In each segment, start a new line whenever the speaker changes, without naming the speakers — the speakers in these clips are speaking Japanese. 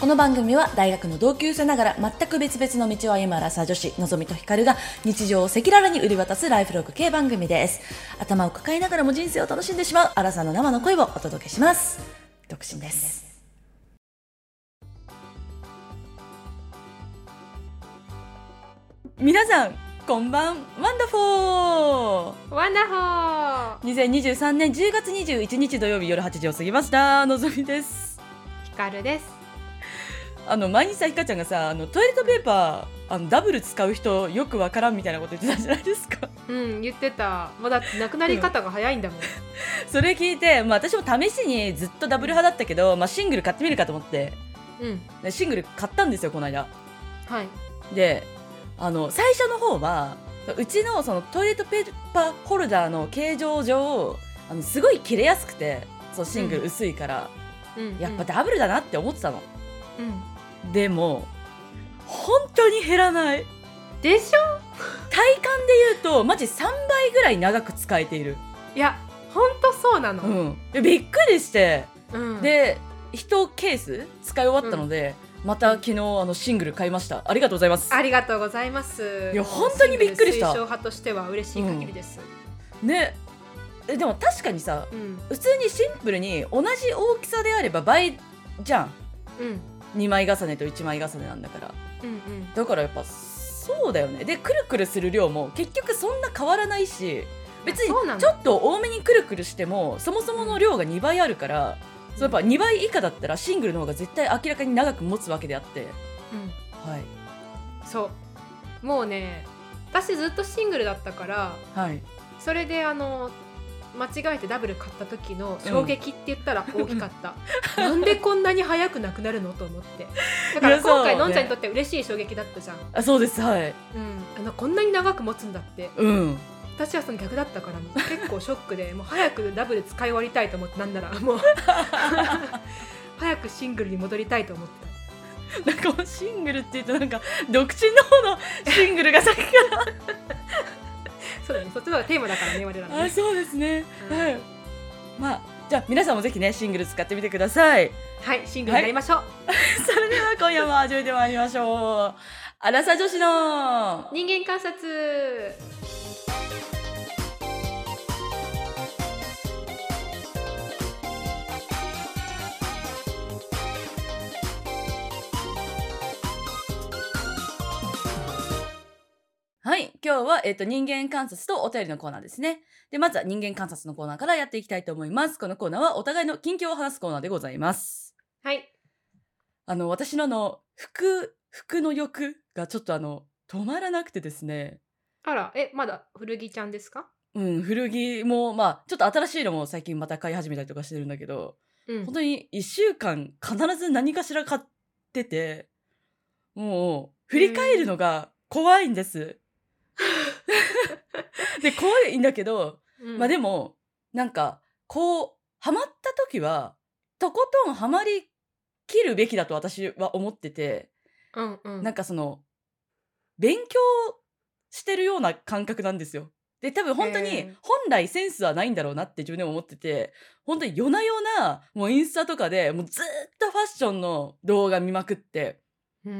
この番組は大学の同級生ながら全く別々の道を歩むアラサー女子のぞみとひかるが日常を赤裸々に売り渡すライフログ系番組です頭を抱えながらも人生を楽しんでしまうアラサーの生の声をお届けします独身です皆さんこんばんワンダフォー
ワンダホー
2023年10月21日土曜日夜8時を過ぎましたのぞみです
ヒカルです
あの前にさひかちゃんがさあのトイレットペーパーあのダブル使う人よくわからんみたいなこと言ってたじゃないですか
うん言ってたもうだってなくなり方が早いんだもん、
それ聞いて、まあ、私も試しにずっとダブル派だったけど、まあ、シングル買ってみるかと思って
うん、
でシングル買ったんですよこの間
はい
であの最初の方はうちのそのトイレットペーパーホルダーの形状上あのすごい切れやすくてそのシングル薄いから、
うん
やっぱダブルだなって思ってたの。
うん
でも本当に減らない
でしょ
体感で言うとマジ3倍ぐらい長く使えている
いやほんとそうな
う
の、
んびっくりして、
うん
で1ケース使い終わったので、また昨日あのシングル買いましたありがとうございます
ありがとうございます
いや本当にびっくりした
推奨派としては嬉しい限りです、
ねえでも確かにさ
うん
普通にシンプルに同じ大きさであれば倍じゃん
うん、うん
2枚重ねと1枚重ねなんだから
うん
だからやっぱそうだよねでくるくるする量も結局そんな変わらないし別
あそうな
に
の
ちょっと多めにくるくるしてもそもそもの量が2倍あるからそうやっぱ2倍以下だったらシングルの方が絶対明らかに長く持つわけであって
う
はい
んそうもうね私ずっとシングルだったから
はい
それであの間違えてダブル買った時の衝撃って言ったら大きかった、 なんでこんなに早くなくなるのと思ってだか
いや
ら
そう
今回
ね
のんちゃんにとって嬉しい衝撃だったじゃん、
あそうですはい
うん、あのこんなに長く持つんだって
うん
私はその逆だったから結構ショックでもう早くダブル使い終わりたいと思ってなんなら もう早くシングルに戻りたいと思ってた
なんかもうシングルって言うとなんか独身の方のシングルが先か
そうだねそっちの方がテーマだからね我らの
ら あ
ね
そうですね
うん
はいまあじゃあ皆さんもぜひねシングル使ってみてください
はいシングルになりましょう、
それでは今夜も始めてまいりましょう。アラサ女子の。
人間観察
はい。今日は、えっ、と、人間観察とお便りのコーナーですね。で、まずは人間観察のコーナーからやっていきたいと思います。このコーナーはお互いの近況を話すコーナーでございます。
はい
あの、私のあの、服、服の欲がちょっとあの、止まらなくてですね。
あらえまだ古着ちゃんですか
うん、古着も、まあ、ちょっと新しいのも最近また買い始めたりとかしてるんだけど、
うん
本当に1週間必ず何かしら買っててもう振り返るのが怖いん です。で怖いんだけど、
うん
まあでもなんかこうハマった時はとことんハマりきるべきだと私は思ってて
うんうん、
なんかその勉強してるような感覚なんですよ。で多分本当
へ
に
ー
本来センスはないんだろうなって自分でも思ってて本当に夜な夜なもうインスタとかでもうずーっとファッションの動画見まくって
うー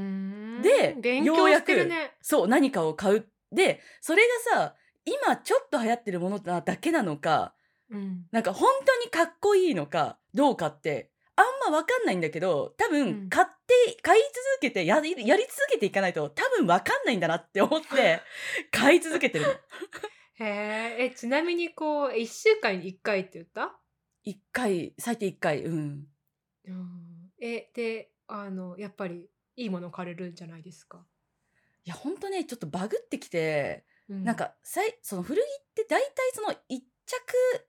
ん
で
勉
よう
強
や
し
く
てるね。
そう何かを買うでそれがさ今ちょっと流行ってるものなだけなのか
うん
なんか本当にかっこいいのかどうかってあんま分かんないんだけど多
う
分
ん
買って、買い続けてやりやり続けていかないと多分分かんないんだなって思って 買い続けてるの。
へええちなみにこう1週間に1回って言った
一回最低一回うん
うんえであのやっぱりいいもの買われるんじゃないですか。
いやほんとねちょっとバグってきて、
う
なんかさいその古着って大体その一着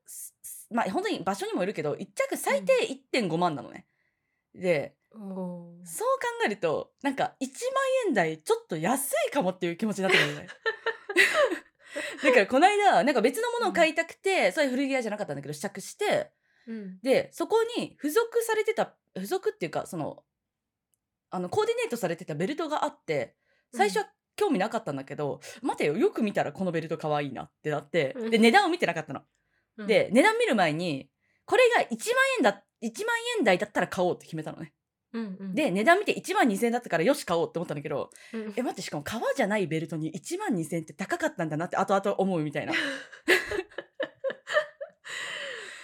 すすまあ本当に場所にもよるけど一着最低1.5万なのね、で
おー
そう考えるとなんか1万円台ちょっと安いかもっていう気持ちになってくる よねだからこの間なんか別のものを買いたくて、それ古着屋じゃなかったんだけど試着して
うん
でそこに付属されてた付属っていうかそのあのコーディネートされてたベルトがあって最初は興味なかったんだけど、待てよよく見たらこのベルト可愛いなってなってで
うん
値段を見てなかったの。
うん
で値段見る前にこれが1万円だ1万円台だったら買おうって決めたのね。
うんうん、
で値段見て1万2000円だったからよし買おうって思ったんだけど
うん
え待ってしかも革じゃないベルトに1万2000円って高かったんだなって後々思うみたいな、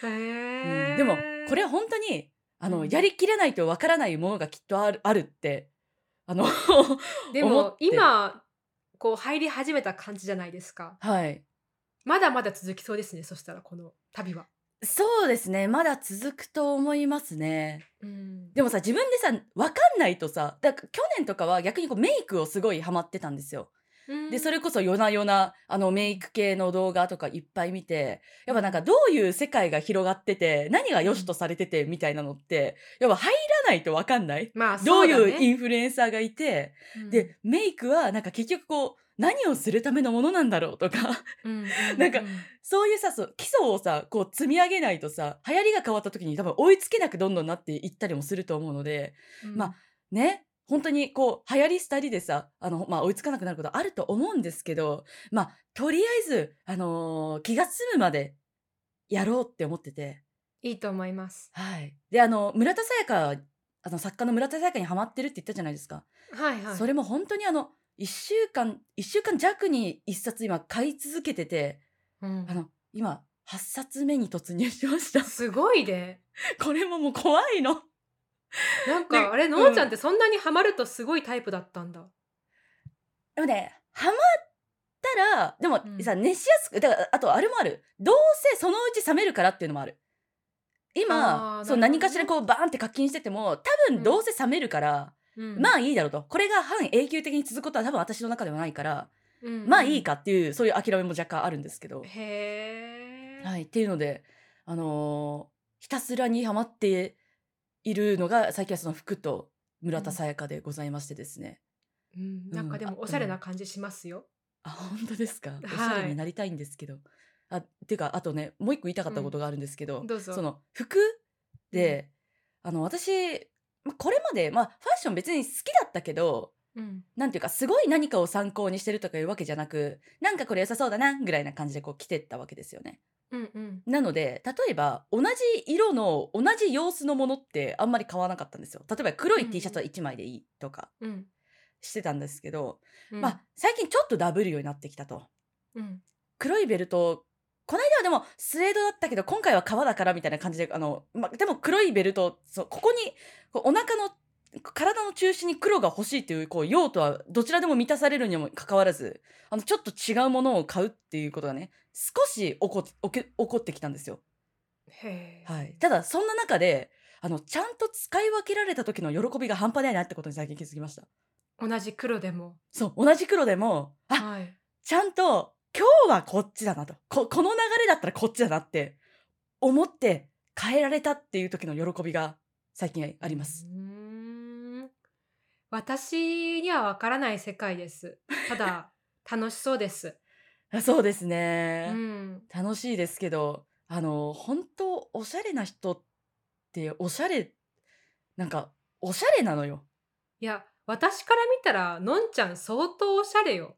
へー
うんでもこれは本当にあのやりきれないとわからないものがきっとあるあるってあの
で
思
も
って
今こう入り始めた感じじゃないですか
はい
まだまだ続きそうですねそしたらこの旅は、
そうですねまだ続くと思いますね
うん、
でもさ自分でさわかんないとさだから去年とかは逆にこうメイクをすごいハマってたんですよ
うん
でそれこそ夜な夜なあのメイク系の動画とかいっぱい見てやっぱなんかどういう世界が広がってて何が良しとされててみたいなのってやっぱ入らないと分かんない
まあそ
どう
うだね
いうインフルエンサーがいて、でメイクはなんか結局こう何をするためのものなんだろうとか
うん、
なんか
うう
そういうさそう基礎をさこう積み上げないとさ流行りが変わった時に多分追いつけなくどんどんなっていったりもすると思うので
うん
まあね本当にこう流行り廃りでさあの、まあ、追いつかなくなることあると思うんですけどまあとりあえず、あのー気が済むまでやろうって思ってて
いいと思います
はいであの村田沙耶香あの作家の村田沙耶香にハマってるって言ったじゃないですか、
はいはい
それも本当にあの1週間1週間弱に1冊今買い続けてて
うん
あの今8冊目に突入しました
すごいね
これももう怖いの
なん
で
かあれのんちゃんってそんなにハマるとすごいタイプだったんだ、
でもね、ハマったら、でも
うん
さ、熱しやすく、だから、あとあれもある。どうせそのうち冷めるからっていうのもある。
あ
今、
ー
そう、
なるほどね
何かしらこうバーンって課金してても、多
う
分
ん
どうせ冷めるから、
うん
まあいいだろうと。これが半永久的に続くことは多分私の中ではないから、
うん
まあいいかっていう、そういう諦めも若干あるんですけど。
へえ、
はい、っていうので、あのーひたすらにハマっているのが、最近はその服と村田沙耶香でございましてですね。
うん、なんかで
う
も
んあ
おしゃれな感じしますよ、
あ本当ですかお
い
しゃれになりたいんですけど、あていうかあとねもう一個言いたかったことがあるんですけど,、
うんどうぞ
その服で、あの私まこれまで、まあ、ファッション別に好きだったけど
うん
なんていうかすごい何かを参考にしてるとかいうわけじゃなくなんかこれ良さそうだなぐらいな感じでこう着てったわけですよね。
うんうん
なので例えば同じ色の同じ様子のものってあんまり買わなかったんですよ。例えば黒
う
い
ん
T シャツは1枚でいいとか
うん
してたんですけど、
うん
まあ、最近ちょっとダブるようになってきたと。
うん
黒いベルトこの間はでもスウェードだったけど今回は革だからみたいな感じであの、ま、でも黒いベルトそうここにこうお腹の体の中心に黒が欲しいというこう用途はどちらでも満たされるにもかかわらずあのちょっと違うものを買うっていうことがね少し起こ起き起こってきたんですよ。
へえ、
はい、ただそんな中であのちゃんと使い分けられた時の喜びが半端ないなってことに最近気づきました。
同じ黒でも
そう同じ黒でもあ
はい
ちゃんと今日はこっちだなとここの流れだったらこっちだなって思って変えられたっていう時の喜びが最近あります。
うーん私にはわからない世界ですただ楽しそうです、
あそうです
う
ね、
ん、
楽しいですけどあの本当おしゃれな人っておしゃれなんかおしゃれなのよ。
いや私から見たらのんちゃん相当おしゃれよ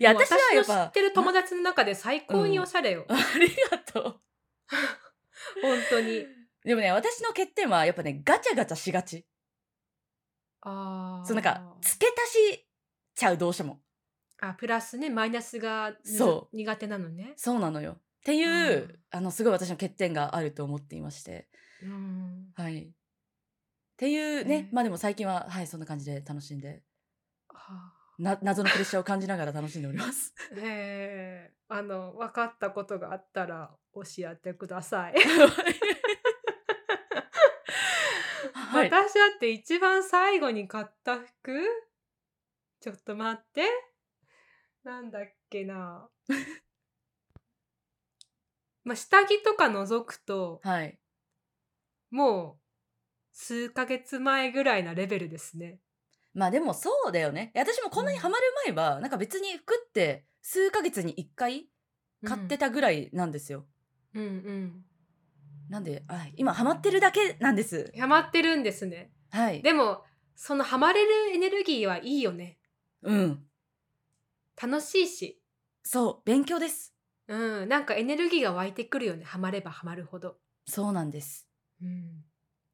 いや
もう
私はやっ
の
ぱ
知ってる友達の中で最高におしゃれよ、
なありがと
本 当に
う。でもね私の欠点はやっぱねガチャガチャしがち。
あー
そうなんか付け足しちゃうどうしても。
あプラスねマイナスがに
そ
苦手なのね、
そうなのよ。っていう、
うん
あのすごい私の欠点があると思っていまして。
うん、
はい。っていうね、
うん
まあでも最近ははいそんな感じで楽しんで
あ
な謎のプレッシャーを感じながら楽しんでおり ます。
ーへえあの分かったことがあったら教えてください
はい。
私だって一番最後に買った服ちょっと待ってなんだっけ なまあ下着とか覗くと
はい。
もう数ヶ月前ぐらいなレベルですね
まあでもそうだよね。いや私もこんなにハマる前は、なんか別に服って数ヶ月に1回買ってたぐらいなんですよ。
うんうん
なんで、はい、今ハマってるだけなんです。
ハマってるんですね
はい。
でもそのハマれるエネルギーはいいよね
うん。
楽しいし
そう、勉強です。
うんなんかエネルギーが湧いてくるよねハマればハマるほど
そうなんです。
うん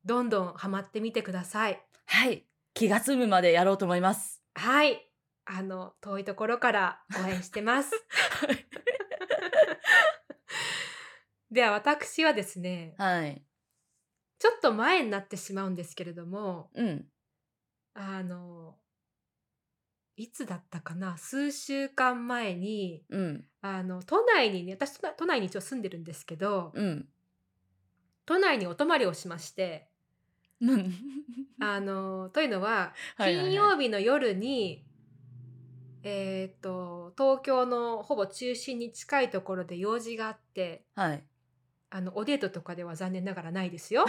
どんどんハマってみてください。
はい。気が済むまでやろうと思います。
はい。あの、遠いところから応援して ます。 では私はですね、
はい。
ちょっと前になってしまうんですけれども、
うん。
あの、いつだったかな数週間前に、
うん。
あの、都内にね、私都内都内に一応住んでるんですけど、
うん。
都内にお泊まりをしまして、
うん。
あの、というのは、
はいはいはい
金曜日の夜に、えっ、と、東京のほぼ中心に近いところで用事があって、
はい。
あの、おデートとかでは残念ながらないで すよ。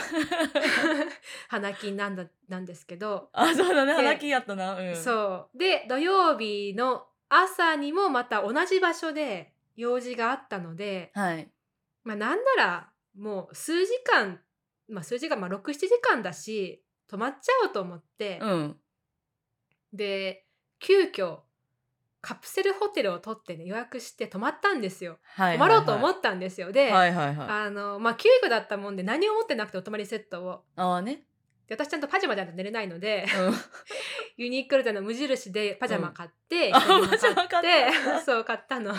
花金なんだ、なんですけど。
あ、そうだね。
で
花金やったな。うん。う。
そう。で、土曜日の朝にもまた同じ場所で用事があったので、
はい。
まあなんならもう数時間、まあ数時間、まあ6、7時間だし、泊まっちゃおうと思って、
うん。
で、急遽、カプセルホテルを取ってね、予約して泊まったんですよ。
はい。
泊まろうと思
っ
ったんですよ。で、
はいはいはい。
あの、まあ、急遽だったもんで何を持ってなくてお泊まりセットを。
ああね。
で、私ちゃんとパジャマじゃないと寝れないので、
うん。
ユニクロでの無印でパジャマ買って、
うんあ
下着も
パジャマ買ったんだ
そう、買ったの。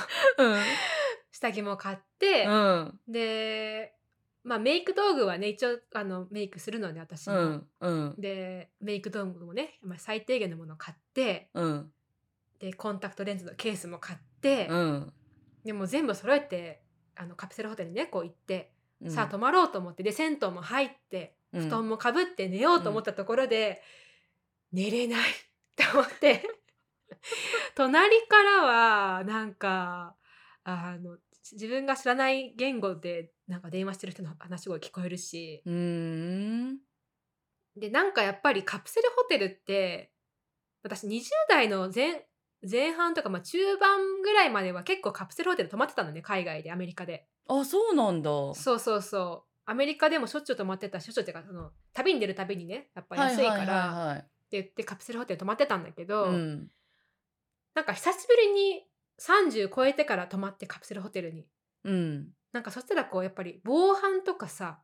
下着も買って、
うん。
で、まあ、メイク道具はね、一応、あの、メイクするので、私
う
も。
ん。うん。
で、メイク道具もね、まあ、最低限のものを買って、
うん。
で、コンタクトレンズのケースも買って、
うん。
でも全部揃えてあのカプセルホテルにねこう行って、
うん
さあ泊まろうと思ってで銭湯も入って布団もかぶって寝ようと思ったところで、寝れないと思って 隣からはなんかあの自分が知らない言語でなんか電話してる人の話が聞こえるし
うん。うん。
でなんかやっぱりカプセルホテルって私20代の前前半とか、まあ、中盤ぐらいまでは結構カプセルホテル泊まってたのね海外でアメリカで
あ、そうなんだ。
そうそうそうアメリカでもしょっちゅう泊まってたししょっちゅうっていうかその旅に出るたびにねやっぱ
はい
安い
は
か
い
らっ
はい
て言ってカプセルホテル泊まってたんだけど、
はい。うん。
なんか久しぶりに30超えてから泊まってカプセルホテルに
うん。
なんかそしたらこうやっぱり防犯とかさ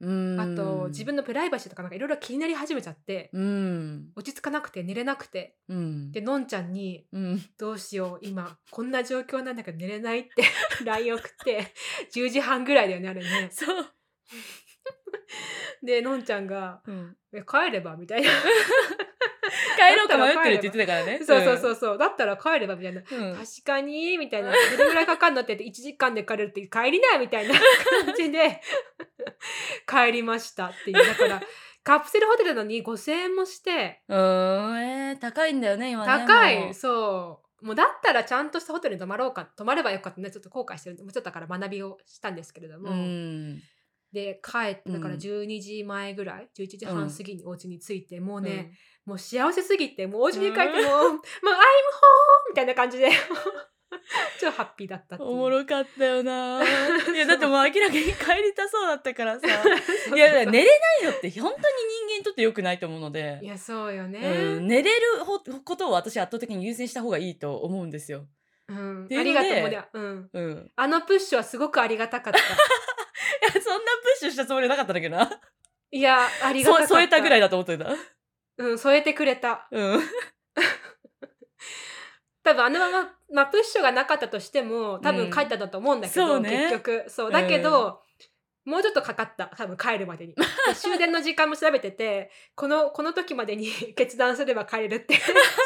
うん。
あと自。分のプライバシーとかなんかいろいろ気になり始めちゃって、
うん。
落ち着かなくて寝れなくて
うん。
でのんちゃんに
うん。
どうしよう今こんな状況なんだけど寝れないって LINE 送って10時半ぐらいだよねあれね。
そう。
でのんちゃんが
うん。
「え帰れば」みたいな
帰ろうか迷ってるって言ってたからね。
そうそうそうそうだったら帰ればみたいな「
うん。うん。
確かに」みたいな「どれぐらいかかんの?」って言って1時間で帰れるって帰りなみた いな感じで帰りましたっていうだからカプセルホテルなのに5,000円もして
うーん、えー、高いんだよね、今ね。
高
もう
いそうもうだったらちゃんとしたホテルに泊まろうか泊まればよかったねちょっと後悔してるんでもうちょっとだから学びをしたんですけれども。
うん。
で帰ってだから
うん
12時前ぐらい、11時半過ぎにお家に着いて、もう
うん
ね、、もう幸せすぎてもうお家に帰ってもう「
うん
もう I'm home!」みたいな感じで 超ハッピーだったっていう
おもろかったよ な。いや、
そう
だってもう明らかに帰りた そうだったからさ。
そう
い
そう
や、だから寝れないのって本当に人間にとって良くないと思うので
い。やそうよね、
うん、寝れるほことを私圧倒的に優先した方がいいと思うんですよ。
うん
ていう
あ
ので
りがとうもりゃ、う ん、
うん。
あのプッシュはすごくありがたかった
いや、そんなプッシュしたつもりはなかったんだけど な。
いやありがたか
そ
った
添えたぐらい
い、
だと思ってた。
うん、添えてくれた
うん。
多分あのまま、まあ、プッシュがなかったとしても多分帰ったんだと思うんだけど、
そうね
結局そうだけど、もうちょっとかかった多分帰るまでにで終電の時間も調べててこのこの時までに 決断すれば帰れるって、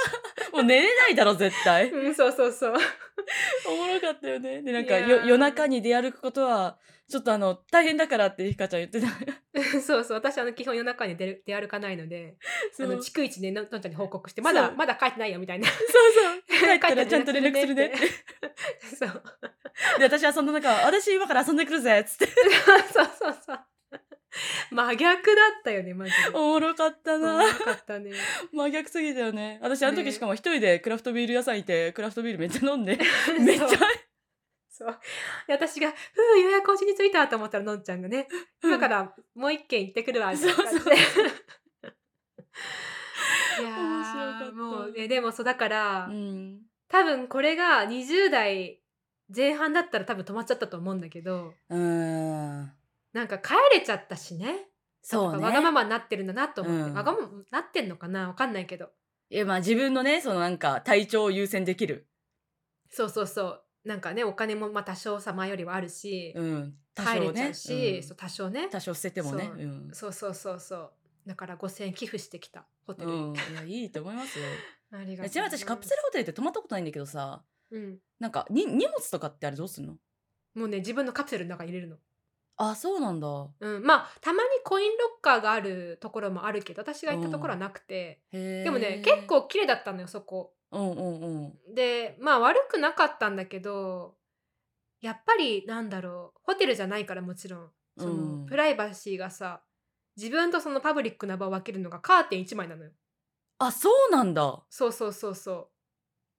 もう寝れないだろ、絶対。
うん、そうそうそう
おもろかったよね。で、なんか
いやー
よ夜中に出歩くことは、ちょっとあの、大変だからってひかちゃん言ってた。
そうそう私あの基本夜中に出る出歩かないのであ
そう
の逐一ねののんちゃんに報告してまだ
そう
まだ帰ってないよみたいな
そうそう。帰
帰
っ
った
ら
たら
ちゃんと連絡するねっ
連絡
て
す。 そう
で、私はその中、私今から遊んでくるぜっつって。
そうそうそう真逆だったよねマジで。
おもろかった
うん
な。
よかったね。
真逆すぎたよね。私あの時
ね
しかも一人でクラフトビール屋さんいて、クラフトビールめっちゃ飲ん で、 めっちゃ
そう、そう。で私が、ふう、予約おちに着いたと思ったら、のんちゃんがね、
うん
今からもう一軒行ってくるわ、みたいな感じ
そう
で。 いや
面白かった
ーもう、ね、でもそう、だから、
うん。
多分これが20代前半だったら多分止まっちゃったと思うんだけど、
うーん。
なんか帰れちゃったしね。なん
そう
か
ね
わがままになってるんだなと思って、
うん
わがままになってんのかなわかんないけど
いやまあ自分のねそのなんか体調を優先できる、
そうそうそうなんかねお金もまあ多少さ前よりはあるし、
うん、多
帰
少
れちゃ
ね
うし、
うん
そう多少ね
多少捨ててもね、
そううんそうそうそうそうだから5,000円寄付してきたホテルに、
うん、いやいいと思いますよ
ありがとう
ちなみに私カプセルホテルって泊まったことないんだけどさ
ル、うん、
なんかに荷物とかってあれどうすんの
もうね自分のカプセルの中に入れるの、
あそうなんだ
うん、まあたまにコインロッカーがあるところもあるけど私が行ったところはなくて、
へえ
でもね結構綺麗だったのよそこ
うんうんうん
でまあ悪くなかったんだけどやっぱりなんだろうホテルじゃないからもちろんその、
うん
プライバシーがさ自分とそのパブリックな場を分けるのがカーテン1枚なのよ
あそうなんだ
そうそうそうそう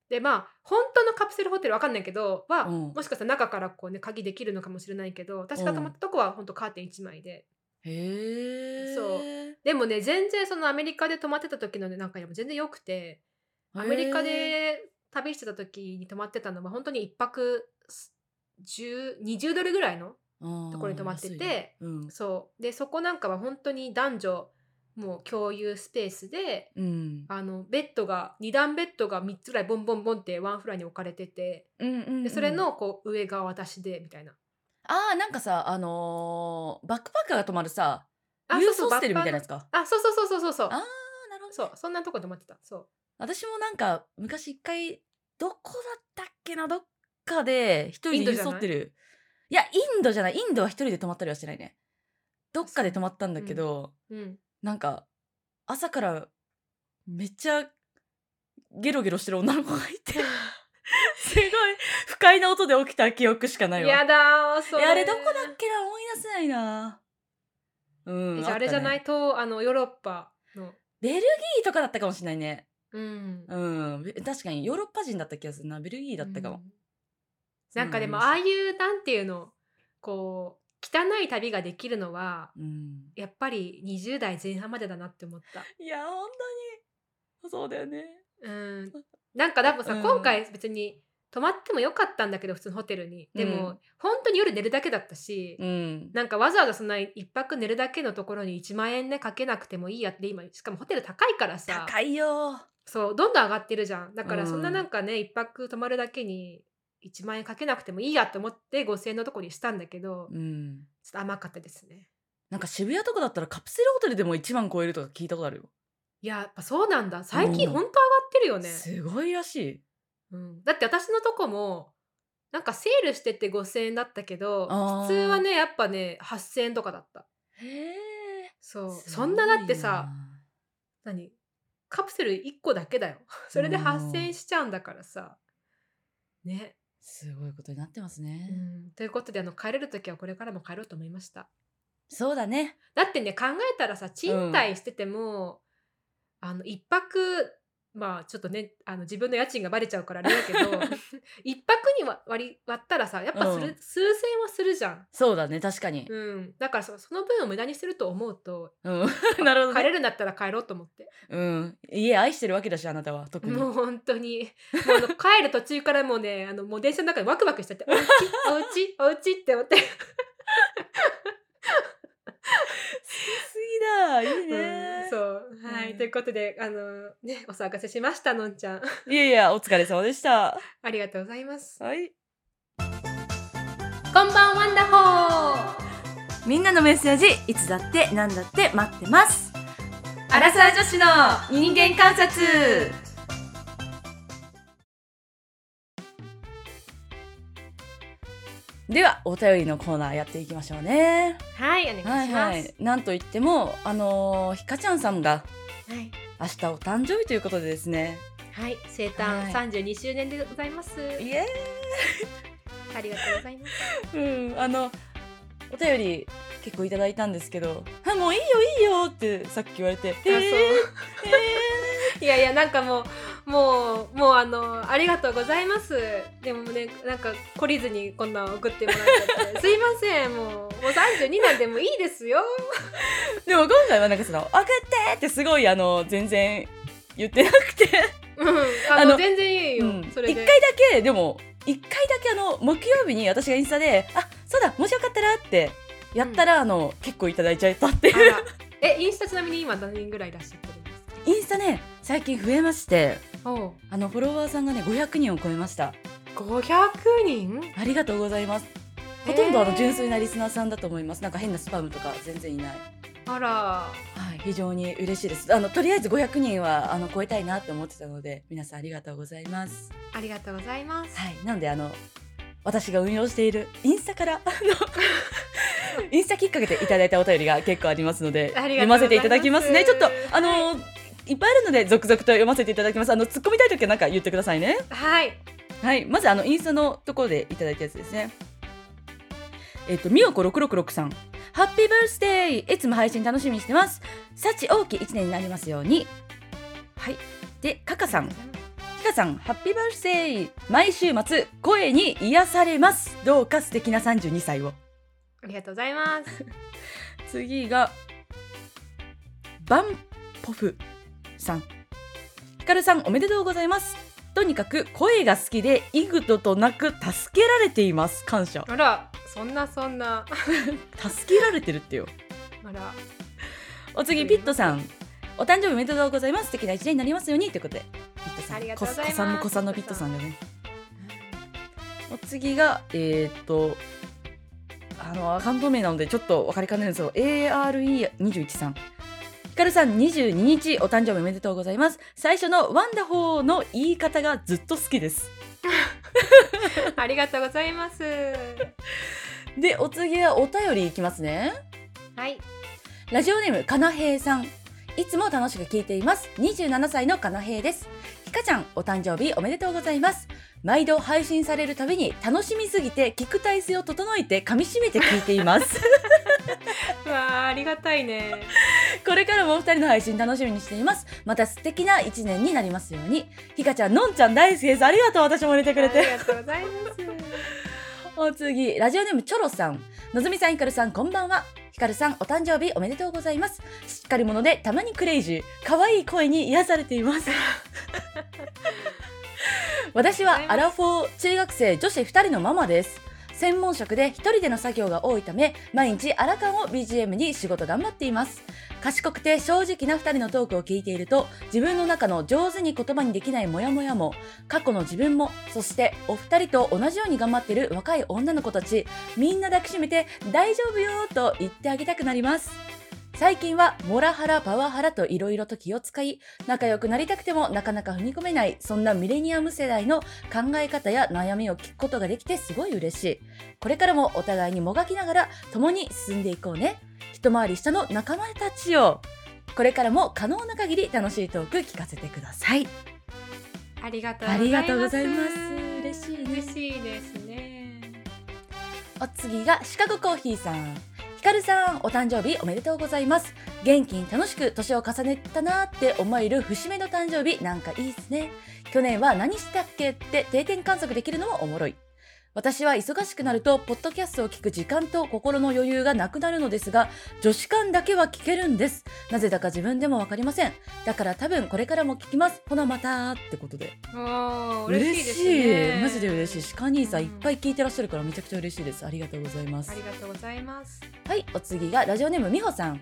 でまあ本当のカプセルホテルわかんないけどは、
うん
もしかしたら中からこうね鍵できるのかもしれないけど私が泊まったとこは本当カーテン1枚で、
へえ
そうでもね全然そのアメリカで泊まってた時のねなんかよりも全然良くてアメリカで旅してた時に泊まってたのは本当に1泊10 20ドルぐらいの
と
ところに泊まってて、
うん
そうでそこなんかは本当に男女もう共有スペースで
うん、
あのベッドが2段ベッドが3つぐらいボンボンボンってワンフロアに置かれてて
うんうんうん
でそれのこう上が私でみたいな。
あーなんかさあのーバックパッカーが泊まるさ
あ
ユ
そ
ー
う
ス
そう
ホステルみたいなや
バッ
つか
パーのあそうそうそうそうそうそう
あーなるほど
そうそんなとこで泊まってたそう
私もなんか昔一回どこだったっけなどっかで一人で
イン
寄
ド
り
じゃない
添ってるいやインドじゃないインドは一人で泊まったりはしてないねどっかで泊まったんだけど、
うん、
なんか朝からめっちゃゲロゲロしてる女の子がい てすごい不快な音で起きた記憶しかないわ
やだーそ
い
れ
やあれどこだっけな思い出せないなうん
じゃああれじゃな
ったね
いとあのヨーロッパの
ベルギーとかだったかもしれないね
うん
うんべ確かにヨーロッパ人だった気がするなベルギーだったかも、
うんなんかでも
そう
ああいうなんていうのこう汚い旅ができるのは
うん
やっぱり20代前半までだなって思った。
いや本当にそうだよね
うん、なんか多分さ、
うん
今回別に泊まってもよかったんだけど普通のホテルに。でも、
うん
本当に夜寝るだけだったし、
うん
なんかわざわざそんな一泊寝るだけのところに1万円ねかけなくてもいいやって今しかもホテル高いからさ
高いよ
そうどんどん上がってるじゃんだから
うん
そんななんかね、一泊泊まるだけに1万円かけなくてもいいやと思って5,000円のとこにしたんだけど、ちょ
うん
っと甘かったですね
なんか渋谷とかだったらカプセルホテルでも1万超えるとか聞いたことあるよ、
いややっぱそうなんだ最近
うん
ほんと上がってるよね、
すごいらしい
うん、だって私のとこもなんかセールしてて5,000円だったけど
あー
普通はねやっぱね8,000円とかだった
へ
そう
え
そんなだってさ何カプセル1個だけだよ それで
うん
8,000円しちゃうんだからさね、
すごいことになってますね
う、ん、ということであの帰れる時はこれからも帰ろうと思いました
そうだね
だってね考えたらさ賃貸してても、あの一泊まあちょっとねあの自分の家賃がバレちゃうからあれだ けど一泊にわ割り割ったらさやっぱする、
うん
数千円はするじゃん、
そうだね確かに、
うん、だからそその分を無駄にしてると思うと
うん、 なるほど、
帰
ね
れるんだったら帰ろうと思って、
うん、家愛してるわけだしあなたは特に
もう本当にも うあの帰る途中からもうねあのもう電車の中でワクワクしちゃって「おうちおうちおうち」って思って、
すぎだいいね
う、ん、そうはい、
うん
ということであのねお騒がせしましたのんちゃん
いやいやお疲れ様でした
ありがとうございます
はい
こんばんワンダホー
みんなのメッセージいつだってなんだって待ってます
アラサー女子の
人間観察ではお便りのコーナーやっていきましょうね
はいお願いします、はい
なんといってもあのーひかちゃんさんが明日お誕生日ということでですね
はい生誕
は
32周年でございます、
イエ
ありがとうございます
ーイうんあのお便り結構いただいたんですけど「あもういいよいいよ」ってさっき言われて「
あ
えーえ
そう いやいやなんかもうもうもうあのありがとうございますでもねなんか懲りずにこんなん送ってもらっち ゃってすいませんもうもう32なんでもいいです よ
ーでも今回はなんかその「送って!」ってすごいあの全然言ってなくて
うんあの
あの
全然いいよ、
うん
それで
一回だけでも一回だけあの木曜日に私がインスタで「あそうだもしよかったら」ってやったら、あの結構いただいちゃったっていう
あらえインスタちなみに今何人ぐらいいらっしゃってるんですか
インスタね最近増えまして
おう
あのフォロワーさんがね500人を超えました
500人
ありがとうございますほとんどあ
え
の
ー
純粋なリスナーさんだと思いますなんか変なスパムとか全然いない
あら
はい、非常に嬉しいです。あのとりあえず500人はあの超えたいなと思ってたので、皆さんありがとうございます。
ありがとうございます、
はい、なのであの私が運用しているインスタからあ のインスタきっかけでいただいたお便りが結構ありますので、
ありが
読
とうございます
ませていただきますね。ちょっとあの、、
はい
っぱいあるので続々と読ませていただきます。あの突っ込みたい時はなんか言ってくださいね。
はい
はい、まずあのインスタのところでいただいたやつですね。えっ、と、みよこ666さん。ハッピーバースデーいつも配信楽しみにしてます。幸多き一年になりますように。はい。で、かかさん、ひかさん、ハッピーバースデー毎週末、声に癒されます。どうか素敵な32歳を。
ありがとうございます
次が、バンポフさん。ひかるさん、おめでとうございます。とにかく声が好きで、幾度となく助けられています。感謝。
あらそんなそんな
助けられてるってよ。
あら
お次、ピットさん。お誕生日おめでとうございます。素敵な一年になりますように。ということで、ピットさん。
ありがとうございます
こさんもこさんのピットさんだね。お次が、えーっと、あの、アカウント名なのでちょっと分かりかねるんですけど、ARE21 さん。ひかるさん、22日、お誕生日おめでとうございます。最初のワンダホーの言い方がずっと好きです。
ありがとうございます
で、お次はお便りいきますね。
はい
ラジオネームかなへいさんいつも楽しく聞いています27歳のかなへいですひかちゃんお誕生日おめでとうございます毎度配信されるたびに楽しみすぎて聞く体勢を整えて噛み締めて聞いています
うわあありがたいね
これからもお二人の配信楽しみにしていますまた素敵な一年になりますようにひかちゃんのんちゃん大好きですありがとう私も入れてくれて
ありがとうございます
お次ラジオネームチョロさんのぞみさんひかるさんこんばんはひかるさんお誕生日おめでとうございますしっかり者でたまにクレイジー可愛い声に癒されています私はアラフォー中学生女子2人のママです専門職で一人での作業が多いため毎日アラカンを BGM に仕事頑張っています賢くて正直な2人のトークを聞いていると自分の中の上手に言葉にできないモヤモヤも過去の自分もそしてお二人と同じように頑張ってる若い女の子たちみんな抱きしめて「大丈夫よ」と言ってあげたくなります最近はモラハラパワハラといろいろと気を使い仲良くなりたくてもなかなか踏み込めないそんなミレニアム世代の考え方や悩みを聞くことができてすごい嬉しいこれからもお互いにもがきながら共に進んでいこうね一回り下の仲間たちよこれからも可能な限り楽しいトーク聞かせてください
ありがとう
ありがとうご
ご
ざ
ざ
い
い
ま
ますす。
嬉しいね
嬉しいですね。
お次がシカゴコーヒーさん。ひかるさん、お誕生日おめでとうございます。元気に楽しく年を重ねたなーって思える節目の誕生日、なんかいいっすね。去年は何したっけって定点観測できるのもおもろい。私は忙しくなると、ポッドキャストを聞く時間と心の余裕がなくなるのですが、女子間だけは聞けるんです。なぜだか自分でもわかりません。だから多分これからも聞きます。ほなまたーってことで。
おお、嬉しいですね。
嬉しいマジで嬉しい。シカ兄さん
う
いっ
ん
ぱい聞いてらっしゃるからめちゃくちゃ嬉しいです。ありがとうございます
あ。りがとうございます。
はい、お次がラジオネームみほさん。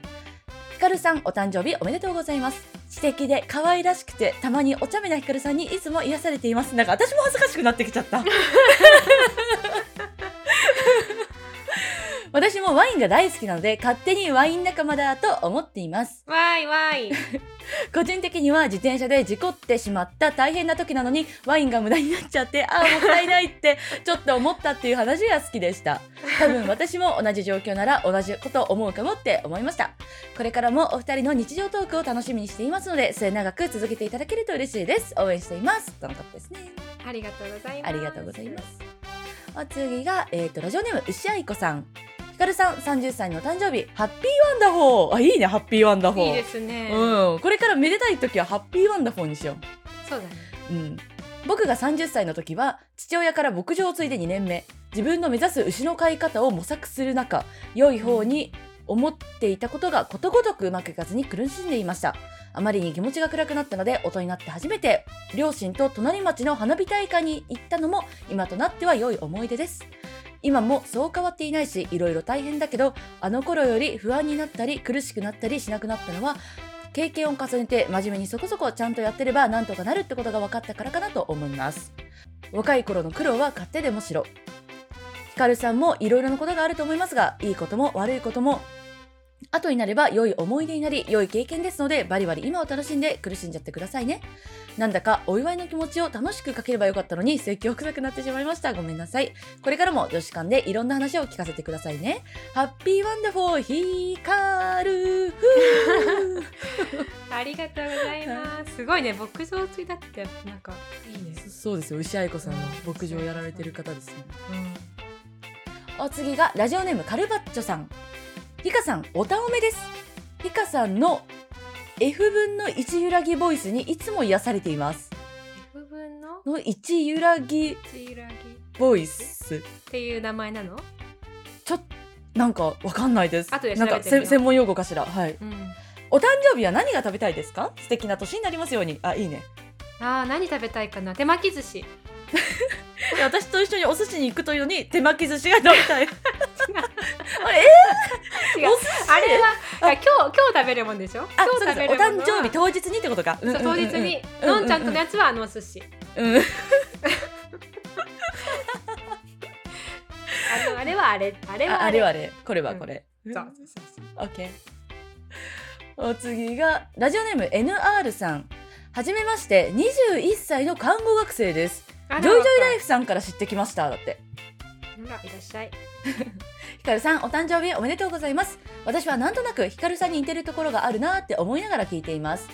ひかるさん、お誕生日おめでとうございます。知的で可愛らしくて、たまにお茶目なひかるさんにいつも癒されています。なんか私も恥ずかしくなってきちゃった。 私もワインが大好きなので、勝手にワイン仲間だと思っています。
わーいわーい。
個人的には自転車で事故ってしまった大変な時なのにワインが無駄になっちゃってああもったいないって ちょっと思ったっていう話が好きでした多分私も同じ状況なら同じことを思うかもって思いましたこれからもお二人の日常トークを楽しみにしていますので末永く続けていただけると嬉しいです応援していますとのことですね
ありがとうございます。
ありがとうございます。お次が、えー、とラジオネーム牛愛子さんひかるさん30歳のお誕生日ハッピーワンダホーあいいねハッピーワンダホー
いいですね。
うん、これからめでたい時はハッピーワンダフォーにしよ
そうだね。
う、うん、僕が30歳の時は父親から牧場を継いで2年目自分の目指す牛の飼い方を模索する中良い方に思っていたことがことごとくうまくいかずに苦しんでいましたあまりに気持ちが暗くなったので大人になって初めて両親と隣町の花火大会に行ったのも今となっては良い思い出です今もそう変わっていないしいろいろ大変だけどあの頃より不安になったり苦しくなったりしなくなったのは経験を重ねて真面目にそこそこちゃんとやってればなんとかなるってことが分かったからかなと思います若い頃の苦労は勝手でもしろひかるさんもいろいろなことがあると思いますがいいことも悪いことも後になれば良い思い出になり良い経験ですのでバリバリ今を楽しんで苦しんじゃってくださいねなんだかお祝いの気持ちを楽しく書ければよかったのに説教臭くなってしまいましたごめんなさいこれからも女子間でいろんな話を聞かせてくださいねハッピーワンダフォーヒカルフー
ありがとうございます。すごいね、牧場継いだって、なんか、いいね。
そうですよ牛愛子さんは牧場をやられてる方ですね
うん
お次がラジオネームカルバッチョさんひかさんおたおめですひかさんの F 分の1揺らぎボイスにいつも癒されています
F 分の
の1揺らぎ
チラギっ
ボイス
ていう名前なの
ちょっなんかわかんないです
後で
な
調べ
ん
てみよう
かせ専門用語かしらはい
うん。
お誕生日は何が食べたいですか素敵な年になりますようにあいいね
ああ、何食べたいかな。手巻き寿司。
いや私と一緒にお寿司に行くというのに手巻き寿司が食べたい あれ
違
え
う
お寿司
あれは、いや今日、今日食べるもんでしょ
あ
今
そう
日
で
食
すお
べるもの
誕
は
生日当日にってことか
そう当日に、
うんうんうん
のんちゃんとのやつはあのお寿司。
うんうん
あの、あれはあれ、あれは
あ
あ
あれ
れ。
はあれこれはこれ、
うんそうそうそうそう
OK お次がラジオネーム NR さんはじめまして21歳の看護学生です
あら
ジョイジョイライフさんから知ってきましただって
あらいらっしゃい。
ひかるさんお誕生日おめでとうございます私はなんとなくひかるさんに似てるところがあるなーって思いながら聞いています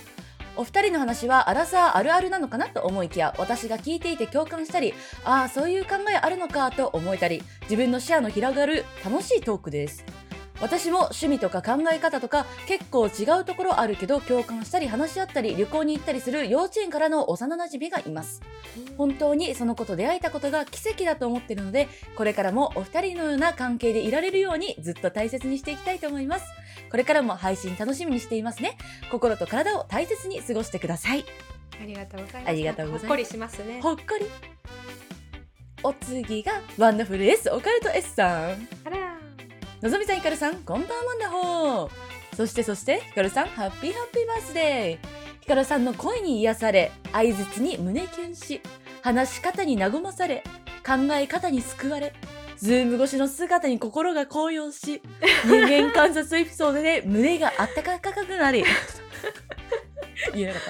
お二人の話はアラサーあるあるなのかなと思いきや私が聞いていて共感したりああそういう考えあるのかと思えたり自分の視野の広がる楽しいトークです私も趣味とか考え方とか結構違うところあるけど共感したり話し合ったり旅行に行ったりする幼稚園からの幼なじみがいます本当にその子と出会えたことが奇跡だと思ってるのでこれからもお二人のような関係でいられるようにずっと大切にしていきたいと思いますこれからも配信楽しみにしていますね心と体を大切に過ごしてください
ありがとうございます。
ありがとうございます
ほっこりしますね。
ほっこりお次がワンダフル S オカルト S さん
あら。
のぞみさんひかるさんこんばんワンダホーそしてそしてひかるさんハッピーハッピーバースデーひかるさんの声に癒され相槌に胸キュンし話し方に和まされ考え方に救われズーム越しの姿に心が高揚し人間観察エピソードで胸があったかくなり 言えなかっ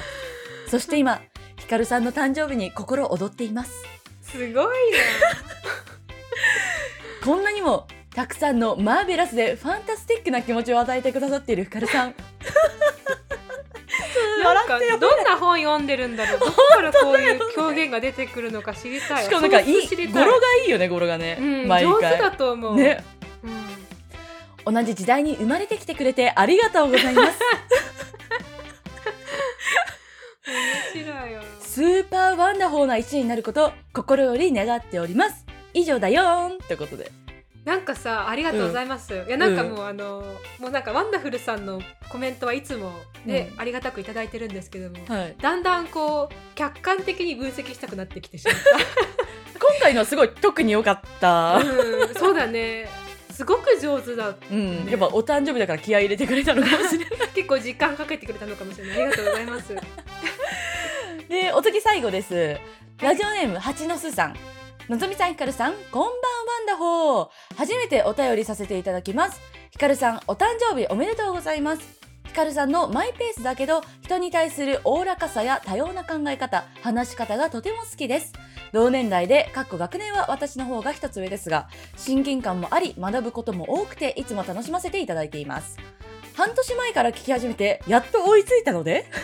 たそして今ひかるさんの誕生日に心躍っています
すごいね。
こんなにもたくさんのマーベラスでファンタスティックな気持ちを与えてくださっているひかるさん
なん
笑って
か
よ
どんな本読んでるんだろう。どこからこういう表現が出てくるのか知りたい。
しかもなんかい
その
い
知り
語
たい
呂がいいよね語呂がね、
うん、
毎
上手
回
だと思う。
ね
うん、
同じ時代に生まれてきてくれてありがとうございます
面白いよ。
スーパーワンダホーな一年になること心より願っております以上だよーんってことで
なんかさ、ありがとうございます。いや、なんかもう、あの、もうなんかワンダフルさんのコメントはいつもね、
う
ありがたくいただいてるんですけども。
はい
だんだんこう客観的に分析したくなってきてしまっ
今回のはすごい特に良かった
た、うん、そうだねすごく上手だ
うん、やっぱお誕生日だから気合い入れてくれたのかもしれない
結構時間かけてくれたのかもしれないありがとうござい ます
で、お次最後です。ラジオネーム、蜂の巣さん。のぞみさん、ひかるさん、こんばんワンダホー。初めてお便りさせていただきます。ひかるさん、お誕生日おめでとうございます。ひかるさんのマイペースだけど、人に対するおおらかさや多様な考え方、話し方がとても好きです。同年代で、かっこ学年は私の方が一つ上ですが、親近感もあり、学ぶことも多くて、いつも楽しませていただいています。半年前から聞き始めて、やっと追いついたので、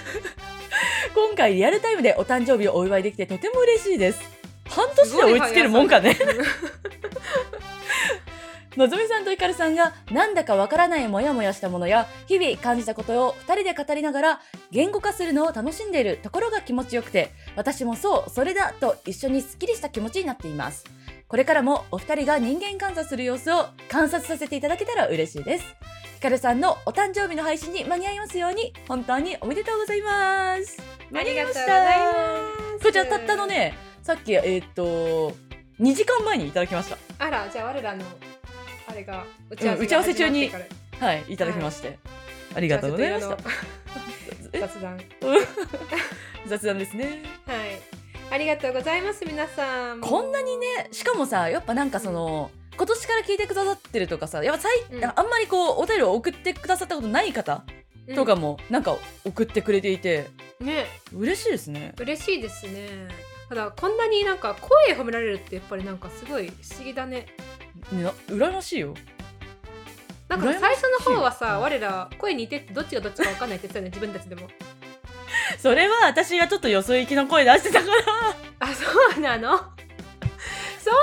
今回リアルタイムでお誕生日をお祝いできてとても嬉しいです半年で追いつけるもんかねのぞみさんとひかるさんがなんだかわからないモヤモヤしたものや日々感じたことを2人で語りながら言語化するのを楽しんでいるところが気持ちよくて私もそうそれだと一緒にすっきりした気持ちになっていますこれからもお二人が人間観察する様子を観察させていただけたら嬉しいですひかるさんのお誕生日の配信に間に合いますように本当におめでとうございます
ありがとうございます
こちらたったのねさっきえーっと2時間前にいただきました
あら、じゃあ我らの、あれが、打
うん打ち合わせ中に
が始まって
はい、いただきまして、ありがと
から
うございました。
じゃあちょっと色々雑談。はい。
雑談ですね。
ありがとうございます、皆さん。
こんなにね、しかもさ、やっぱなんかその、今年から聞いてくださってるとかさ、やっぱ最、
うん
あんまりこうお便りを送ってくださったことない方
うん
とかも、なんか送ってくれていて
ね、
嬉しいですね。
嬉しいですね。ただ、こんなになんか声褒められるって、やっぱりなんかすごい不思議だね。
な羨まし いよ。
なんか
羨ま
最初の方は
しい
さ、我ら声似てってどっちがどっちかわかんないって言ってたよね、自分たちでも。
それは私がちょっとよそ行きの声出してた から。
あ、そうなのそ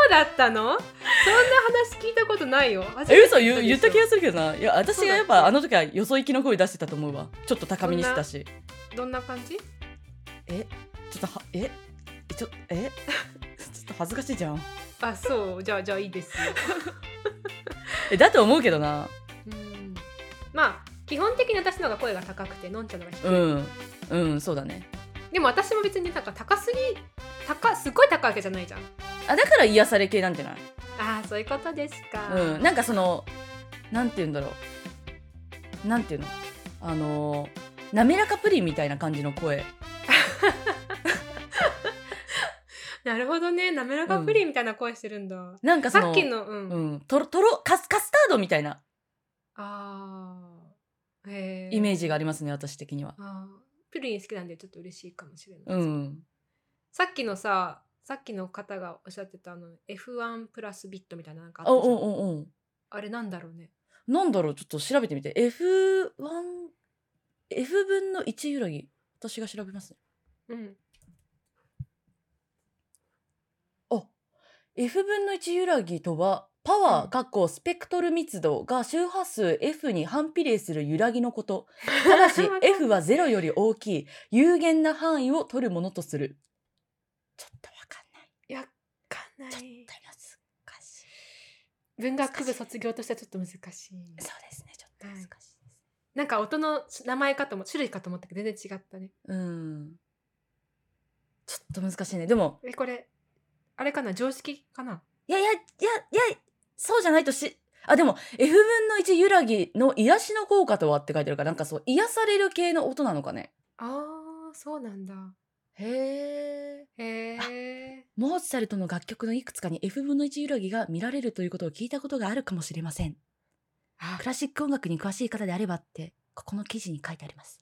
うだったのそんな話聞いたことないよ。初め
え
て
嘘
聞い
言う
でしょ
言った気がするけどないや私がやっ
そうだっ
ぱ
け
あの時はよそ行きの声出してたと思うわちょっと高めにしてたし
どんな感じ
えちょっとはえちょえ ちょっと恥ずかしいじゃん
あ、そう。じゃあ、じゃあいいですよ。
えだと思うけどな
うんまあ、基本的に私の方が声が高くて、のんちゃんの方が低い。
うんうんそうだね
でも私も別になんか高すぎ、高、すごい高いわけじゃないじゃん。
あだから癒され系なんじゃない
ああ、そういうことですか。
うんなんかそのなんて言うんだろうなんていうのあのー滑らかプリンみたいな感じの声
なるほどね。滑らかプリンみたいな声してるんだ。
なんかその
さっきの、うん。
うんとろとろカスカスタードみたいな
ああ。へ
イメージがあ
り
りますね私的には
あープリン好きなんでちょっと嬉しいかもしれな
う
い。
ん
さっきのさ、さっきの方がおっしゃってたあの F1 プラスビットみたいななんかあ
お
ったじゃん
おおお
あれなんだろうね。
なんだろうちょっと調べてみて F1F 分の1揺らぎ私が調べますね
うん。
あ F 分の1揺らぎとはパワー、かっこスペクトル密度が周波数 F に反比例する揺らぎのこと。た だし F は0より大きい有限な範囲を取るものとする。ちょっとわかんない。
いや、わかんな
ちょっと
い。
難しい。
文学部卒業としてはちょっと難しい。
そうですね、ちょっと難しいです。
なんか音の名前かとも種類かと思ったけど全然違ったね。
うん。ちょっと難しいね。でも、
え、これ、あれかな常識かない
やいや、いや、いや、そうじゃないとし、あ、でも、F 分の1揺らぎの癒しの効果とはって書いてあるから、なんかそう、癒される系の音なのかね。
ああ、そうなんだ。
へえ。
へえ。
モーツァルトの楽曲のいくつかに F 分の1揺らぎが見られるということを聞いたことがあるかもしれません。
あ
クラシック音楽に詳しい方であればって、ここの記事に書いてあります。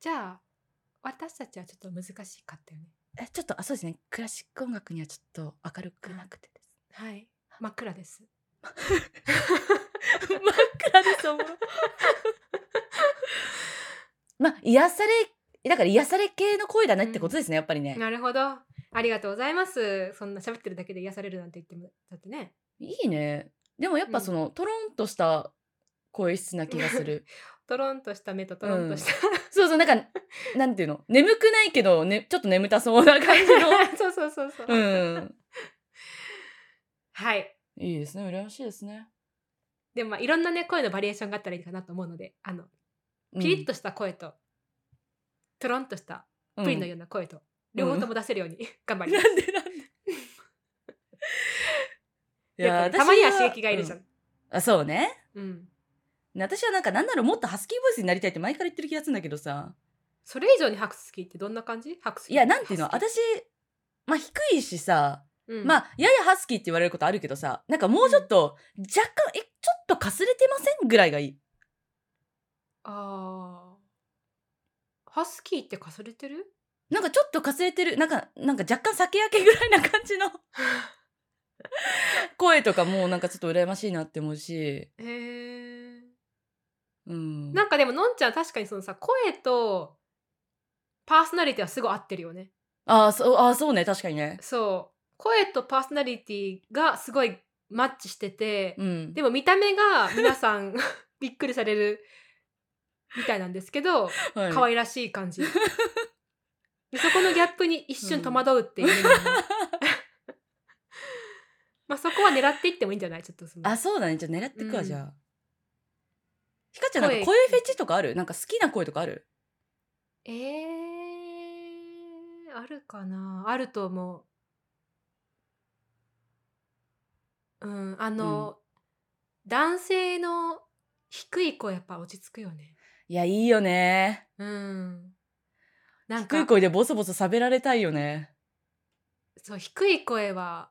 じゃあ、私たちはちょっと難しかったよね。
え、ちょっと、あ、そうですね。クラシック音楽にはちょっと明るくなくてです。
はい。真っ暗です。
真っ暗です思う。 まあ癒されだから癒され系の声だねってことですね、やっぱりね。
なるほど。ありがとうございます。そんな喋ってるだけで癒されるなんて言ってもだってね。
いいね。でもやっぱその、トロンとした声質な気がする。
トロンとした目とトロンとした、
そうそうなんかなんていうの眠くないけど、ね、ちょっと眠たそうな感じ の。
そうそうそうそう。
うん。
はい。
いいですね羨ましいですね。
でもまあいろんなね声のバリエーションがあったらいいかなと思うので、あのピリッとした声と、トロンとした
と
プリンのような声と、両方とも出せるように 頑張り
な
ます。
んでなんで。い
やっ
や
ぱりたまには刺激がいるじゃん。
ん。あそうね。
うん
私はなんかなんならもっとハスキーボイスになりたいって前から言ってる気がするんだけどさ
それ以上にハクスキーってどんな感じハクスキー
いやなんていうの
ハクス
私まあ低いしさ、
キーうん
まあややハスキーって言われることあるけどさなんかもうちょっと若干、えちょっとかすれてませんぐらいがいい
あーハスキーってかすれてる
なんかちょっとかすれてるなんかなんか若干酒焼けぐらいな感 じの声とかもうなんかちょっと羨ましいなって思うし
へー
うん
なんかでものんちゃん確かにそのさ声とパーソナリティはすごい合ってるよね
ああそうあーそうね確かにね
そう声とパーソナリティがすごいマッチしてて、
うん
でも見た目が皆さん びっくりされるみたいなんですけど
はい
可愛らしい感じ、 でそこのギャップに一瞬戸惑うっていうのもね、 まあそこは狙っていってもいいんじゃないちょっとその
あそうだねじゃあ狙ってくわ、
うん
じゃあひかちゃんなんか
声
声フェチとかあるなんか好きな声とかある
えー、あるかなあると思ううん、あの、男性の低い声やっぱ落ち着くよね。
いや、いいよね。
うん。なんか
低い声でボソボソ喋られたいよね。
そう低い声は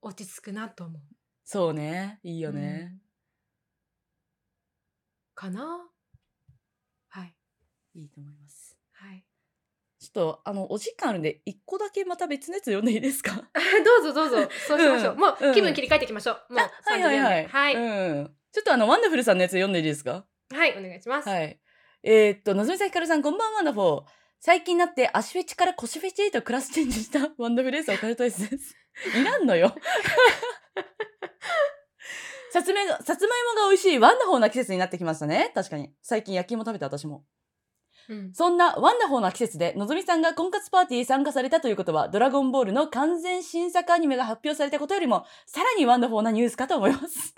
落ち着くなと思う。
そうね。いいよね。
かなはい。
いいと思います。
はい。
ちょっと、あの、お時間あるんで、一個だけまた別のやつ読んでいいですか
どうぞどうぞ。そうしましょう。
うん
もう、
うん
気分切り替えていきましょう。もう
は
30
い
秒
は
目
いはい。
はい、
うん。ちょっとあの、ワンダフルさんのやつ読んでいいですか
はいお願いします。
はい。えーっと、のぞみさんひかるさん、こんばんは、ワンダフォー。最近になって足フェチから腰フェチへとクラスチェンジした ワンダフルエースオカルトエース です。いらんのよ。 さつめが、さつまいもが美味しいワンダフォーな季節になってきましたね。確かに。最近焼き芋食べた私も。
うん。
そんなワンダフォーな季節で、のぞみさんが婚活パーティーに参加されたということは、ドラゴンボールの完全新作アニメが発表されたことよりも、さらにワンダフォーなニュースかと思い ます。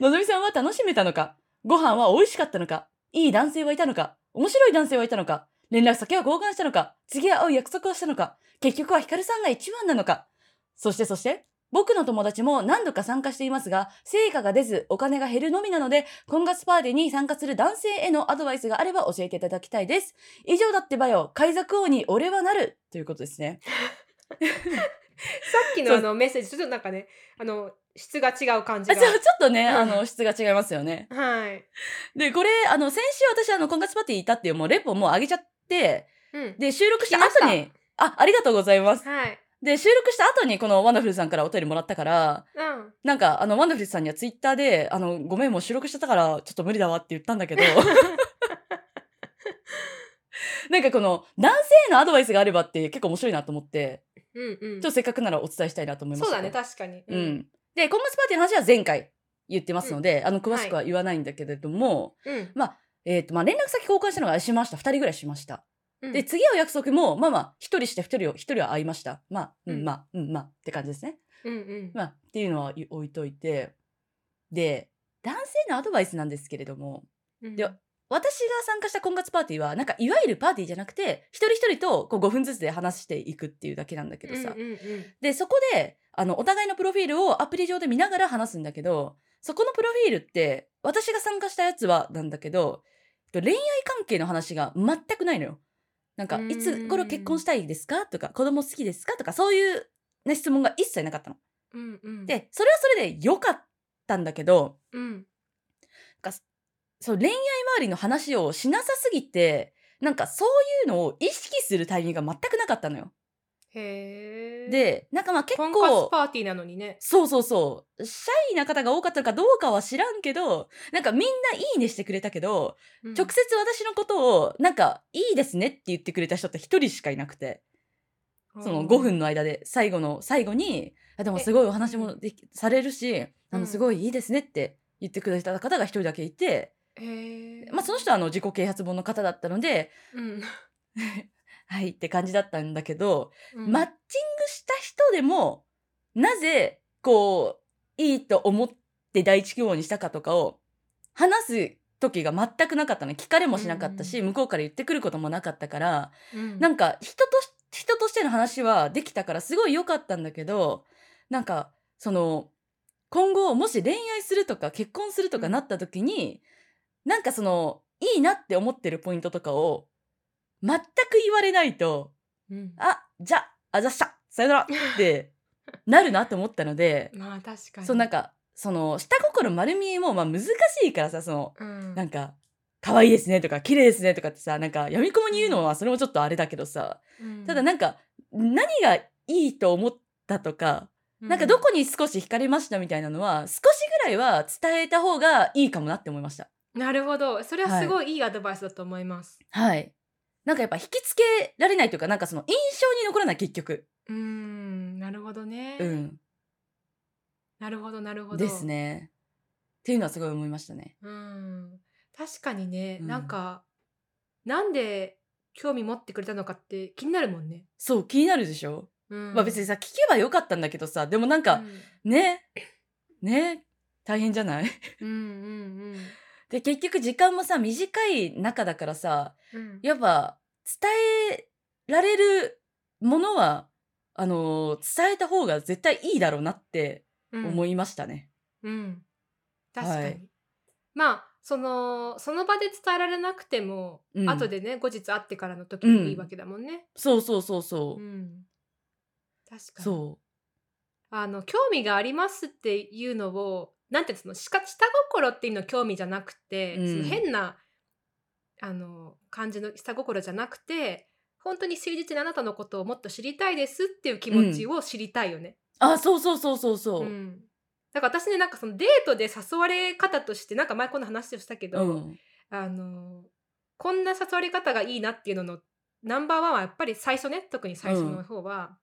のぞみさんは楽しめたのかご飯は美味しかったのかいい男性はいたのか面白い男性はいたのか連絡先は交換したのか次会う約束をしたのか結局はヒカルさんが一番なのかそしてそして、僕の友達も何度か参加していますが、成果が出ずお金が減るのみなので、婚活パーティーに参加する男性へのアドバイスがあれば教えていただきたいです。以上だってばよ、海賊王に俺はなるということですね。
さっきのあのメッセージ、ちょっとなんかね、あの、質が違う感 じ
あ
が
ちょ。ちょっとね、
うん
あの、質が違いますよね。
はい。
で、これ、あの、先週私、あの、婚活パーティー行ったっていう、もうレポもう上げちゃって、
うん。
で、収録した後
聞
に、あ、ありがとうございます。
はい。
で、収録した後に、このワンダフルさんからお便りもらったから、
うん。
なんか、あの、ワンダフルさんにはツイッターで、あの、ごめん、もう収録しちゃったから、ちょっと無理だわって言ったん だけど。なんかこの、男性へのアドバイスがあればって結構面白いなと思って、
うんうん
ちょっとせっかくならお伝えしたいなと思いま
そ
し
う
た。
だね、確かに。
うん。で、コンマスパーティーの話は前回言ってますので、あの、詳しくは言わないんだけれども、
うん。
えっ、と、まあ、連絡先交換したのがしました。二人ぐらいしました。
うん。
で、次会う約束も、まあまあ、一人して一人を、一人は会いました。まあ、う、
うんん
まあ、うん、まあ、って感じですね。
うんうん。
まあ、っていうのは置いといて。で、男性のアドバイスなんですけれども、
うん
で私が参加した婚活パーティーは、なんかいわゆるパーティーじゃなくて、一人一人とこう5分ずつで話していくっていうだけなんだけどさ。
うんうんうん
で、そこで、あの、お互いのプロフィールをアプリ上で見ながら話すんだけど、そこのプロフィールって、私が参加したやつはなんだけど、えっと恋愛関係の話が全くないのよ。なんか
う、ーん
いつ頃結婚したいですかとか、子供好きですかとか、そういう、ね、質問が一切なかったの。
うんうん。
で、それはそれで良かったんだけど、
うん。
そう、恋愛周りの話をしなさすぎて、なんかそういうのを意識するタイミングが全くなかったのよ。
へえ。、
で、なんかまあ結
婚活
構、
パーティーなのにね。
そうそうそう、シャイな方が多かったのかどうかは知らんけど、なんかみんないいねしてくれたけど、
うん
直接私のことを、なんか、いいですねって言ってくれた人って一人しかいなくて、その5分の間で最後の最後に、あでもすごいお話もできされるし、あ
う
の
ん
すごいいいですねって言ってくれた方が一人だけいて、
へえ。
まあ、その人はあの自己啓発本の方だったので、
うん、
はいって感じだったんだけど、
うん
マッチングした人でも、なぜ、こう、いいと思って第一希望にしたかとかを、話す時が全くなかったの。聞かれもしなかったし、
う
向こうから言ってくることもなかったから、
うん
なんか人とし、人としての話はできたからすごい良かったんだけど、なんか、その、今後もし恋愛するとか結婚するとかなった時に、なんかその、いいなって思ってるポイントとかを、全く言われないと、
うん
あ、じゃ、あざした、さよならって、なるなと思ったので、
まあ確かに。
そうなんか、その、下心丸見えも、まあ難しいからさ、その、
うん、
なんか、可愛いですねとか、綺麗ですねとかってさ、なんか、闇雲に言うのは、それもちょっとあれだけどさ、
うん
ただなんか、何がいいと思ったとか、
う
なんかどこに少し惹かれましたみたいなのは、少しぐらいは伝えた方がいいかもなって思いました。
なるほどそれはすごいいいアドバイスだと思います。
はい。なんかやっぱ引きつけられないというか、なんかその印象に残らない結局。
うーんなるほどね、
うん。
なるほどなるほど。
です。ね。っていうのはすごい思いましたね。
うん確かにね、
うん
なんかなんで興味持ってくれたのかって気になるもんね。
そう、気になるでしょ、
うん、
まあ別にさ、聞けばよかったんだけどさ、でもなんか、ね、ね、大変じゃない
うん、うんうん
で結局時間もさ短い中だからさ
うんうん。
やっぱ伝えられるものはあのー伝えた方が絶対いいだろうなって
うん
思いましたね。
うん、確かに、
はい
まあそのその場で伝えられなくても、
うん
後でね後日会ってからの時にいいわけだもんね。
そうそうそうそうう。
ん確かに
そ
あの興味がありますっていうのをなんていうのそのしか下心っていうのは興味じゃなくて、
うん
その変なあの感じの下心じゃなくて本当に誠実にあなたのことをもっと知りたいですっていう気持ちを知りたいよね。
う。あ、そうそうそうそうそうう。うん。
ん、だから私ねなんかそのデートで誘われ方としてなんか前こんな話をしたけど、あのこんな誘われ方がいいなっていうののナンバーワンはやっぱり最初ね特に最初の方は、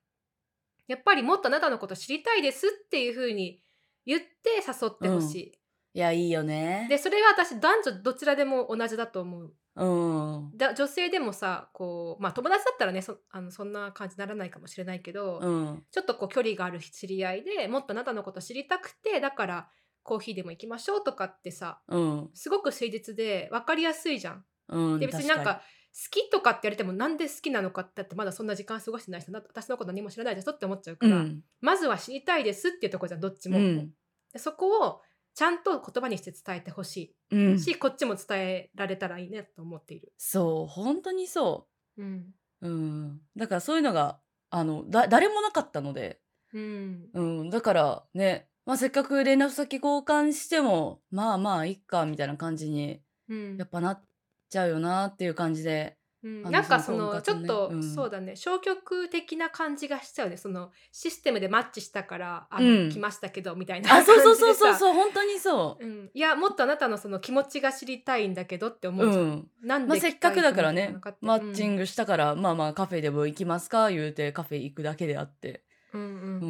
やっぱりもっとあなたのこと知りたいですっていうふうに言って誘ってほしい、
いや、いいよね。
でそれは私男女どちらでも同じだと思う
うん。
だ女性でもさこうまあ友達だったらねそあのそんな感じにならないかもしれないけど、
うん。
ちょっとこう距離がある知り合いでもっとあなたのこと知りたくてだからコーヒーでも行きましょうとかってさ
うん。
すごく誠実で分かりやすいじゃん。
うん。
で別になん
確
か好きとかって言われてもなんで好きなのかってだってまだそんな時間過ごしてない人だ私のこと何も知らないですよって思っちゃうか
に、
ら、まずは知りたいですっていうところじゃんどっち
うん。
も、
うん。
でそこをちゃんと言葉にして伝えてほし
うん
い。し、こっちも伝えられたらいいねと思っている。
そう、本当にそ
うん
う。うん。だからそういうのが、あの、だ、誰もなかったので。
うん
うん。だからね、まあせっかく連絡先交換しても、まあまあ、いっか、みたいな感じに、
うん
やっぱなっちゃうよなっていう感じで。
うん
あの
なんか
そ
そ
の婚
のち
活
ょ
の
っ
ね
と、
うん
そうだね消極的な感じがしちゃうねそのシステムでマッチしたからあ
うん
来ましたけどみたいな
あ、
感じで
そう
さ、
そうそうそうそう、本当にそう
ん、いやもっとあなたのその気持ちが知りたいんだけどって思
う。
う
う
じゃん、
ん。
なん
まあ、
で
せっかくだから
聞
ね
きたいと
マ
思ったのかって
ッチングしたから、まあまあカフェでも行きますか言うてカフェ行くだけであって、
うんうんう
う
んうん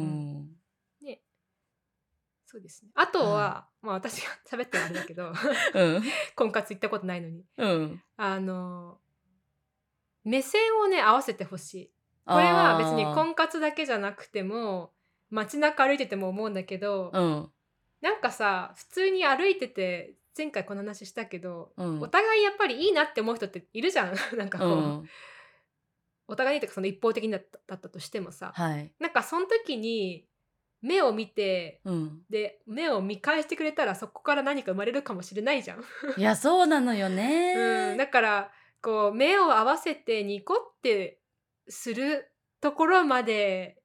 ん
そうですねあとは、
は
まあ私が喋ってるあれだけど
うん
婚活行ったことないのに
うん、
あの目線をね合わせてほしいこれは別に婚活だけじゃなくても街中歩いてても思うんだけど、
あー
なんかさ普通に歩いてて前回この話したけど、
うんうん
お互いやっぱりいいなって思う人っているじゃん なんかこう、
うん
お互いにというかその一方的にだっただったとしてもさ、
はい
なんかその時に目を見て
うん
で目を見返してくれたらそこから何か生まれるかもしれないじゃん。
いやそうなのよね
うん、だからこう目を合わせてニコってするところまで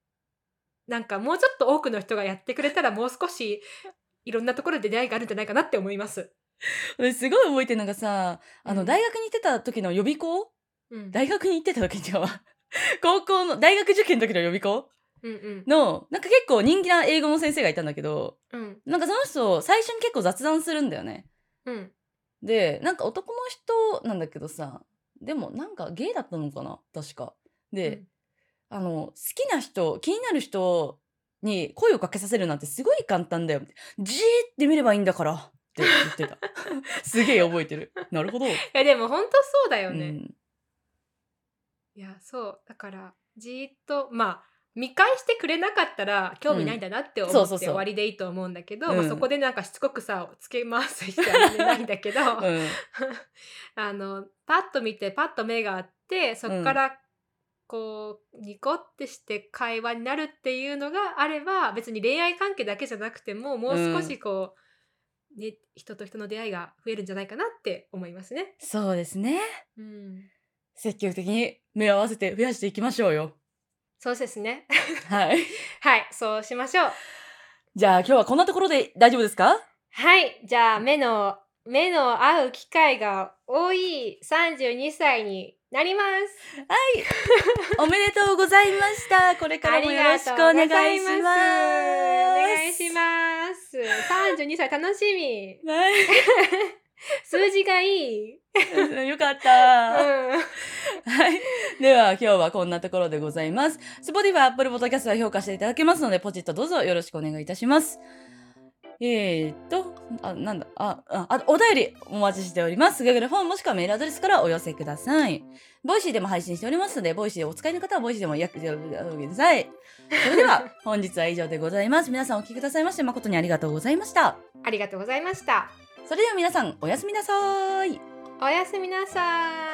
なんかもうちょっと多くの人がやってくれたらもう少しいろんなところで出会いがあるんじゃないかなって思います。
すごい覚えてるのがさあの、
うん
大学に行ってた時の予備校
うん
大学に行ってた時違うわ 高校の大学受験の時の予備校
うんうん
のなんか結構人気な英語の先生がいたんだけど
うん
なんかその人最初に結構雑談するんだよね
うん
でなんか男の人なんだけどさでもなんかゲイだったのかな確か。で、あの好きな人気になる人に声をかけさせるなんてすごい簡単だよじーって見ればいいんだからって言 ってたすげえ覚えてるなるほど、
いやでも本当そうだ
う
よね。
ん、
いやそうだからじーっとまあ見返してくれなかったら興味ないんだなって思
そう
っ
そうそ
て
う
終わりでいいと思うんだけど、
うん
まあ、そこでなんかしつこくさつけ回す必要はないんだけど、
うん、
あのパッと見てパッと目があってそこからこうニコってして会話になるっていうのがあれば別に恋愛関係だけじゃなくてももう少しこう、ね、人と人の出会いが増えるんじゃないかなって思いますね。
そうですね
うん、
積極的に目を合わせて増やしていきましょうよ
そうですね。
はい
はいそうしましょう。
じゃあ今日はこんなところで大丈夫です か
はい、じゃあ目の目の合う機会が多い32歳になります。
おめでとうございましたこれからもよろしくお願いします
ありがとうございますお願いします。32歳楽し み。
はい
数字がいい。
うん よかっ
うん。
た。はい。では、今日はこんなところでございます。Spotify、Apple Podcast は評価していただけますので、ポチッとどうぞよろしくお願いいたします。えー、っと、あ、なんだ、あ、あ、あお便りお待ちしております。Google フォームもしくはメールアドレスからお寄せください。ボイシーでも配信しておりますので、ボイシーお使いの方はボイシーでもやってください。それでは、本日は以上でございます。皆さんお聞きくださいまして、誠にありがとうございました。
ありがとうございました。
それでは皆さん、おやすみなさーい。
おやすみなさい。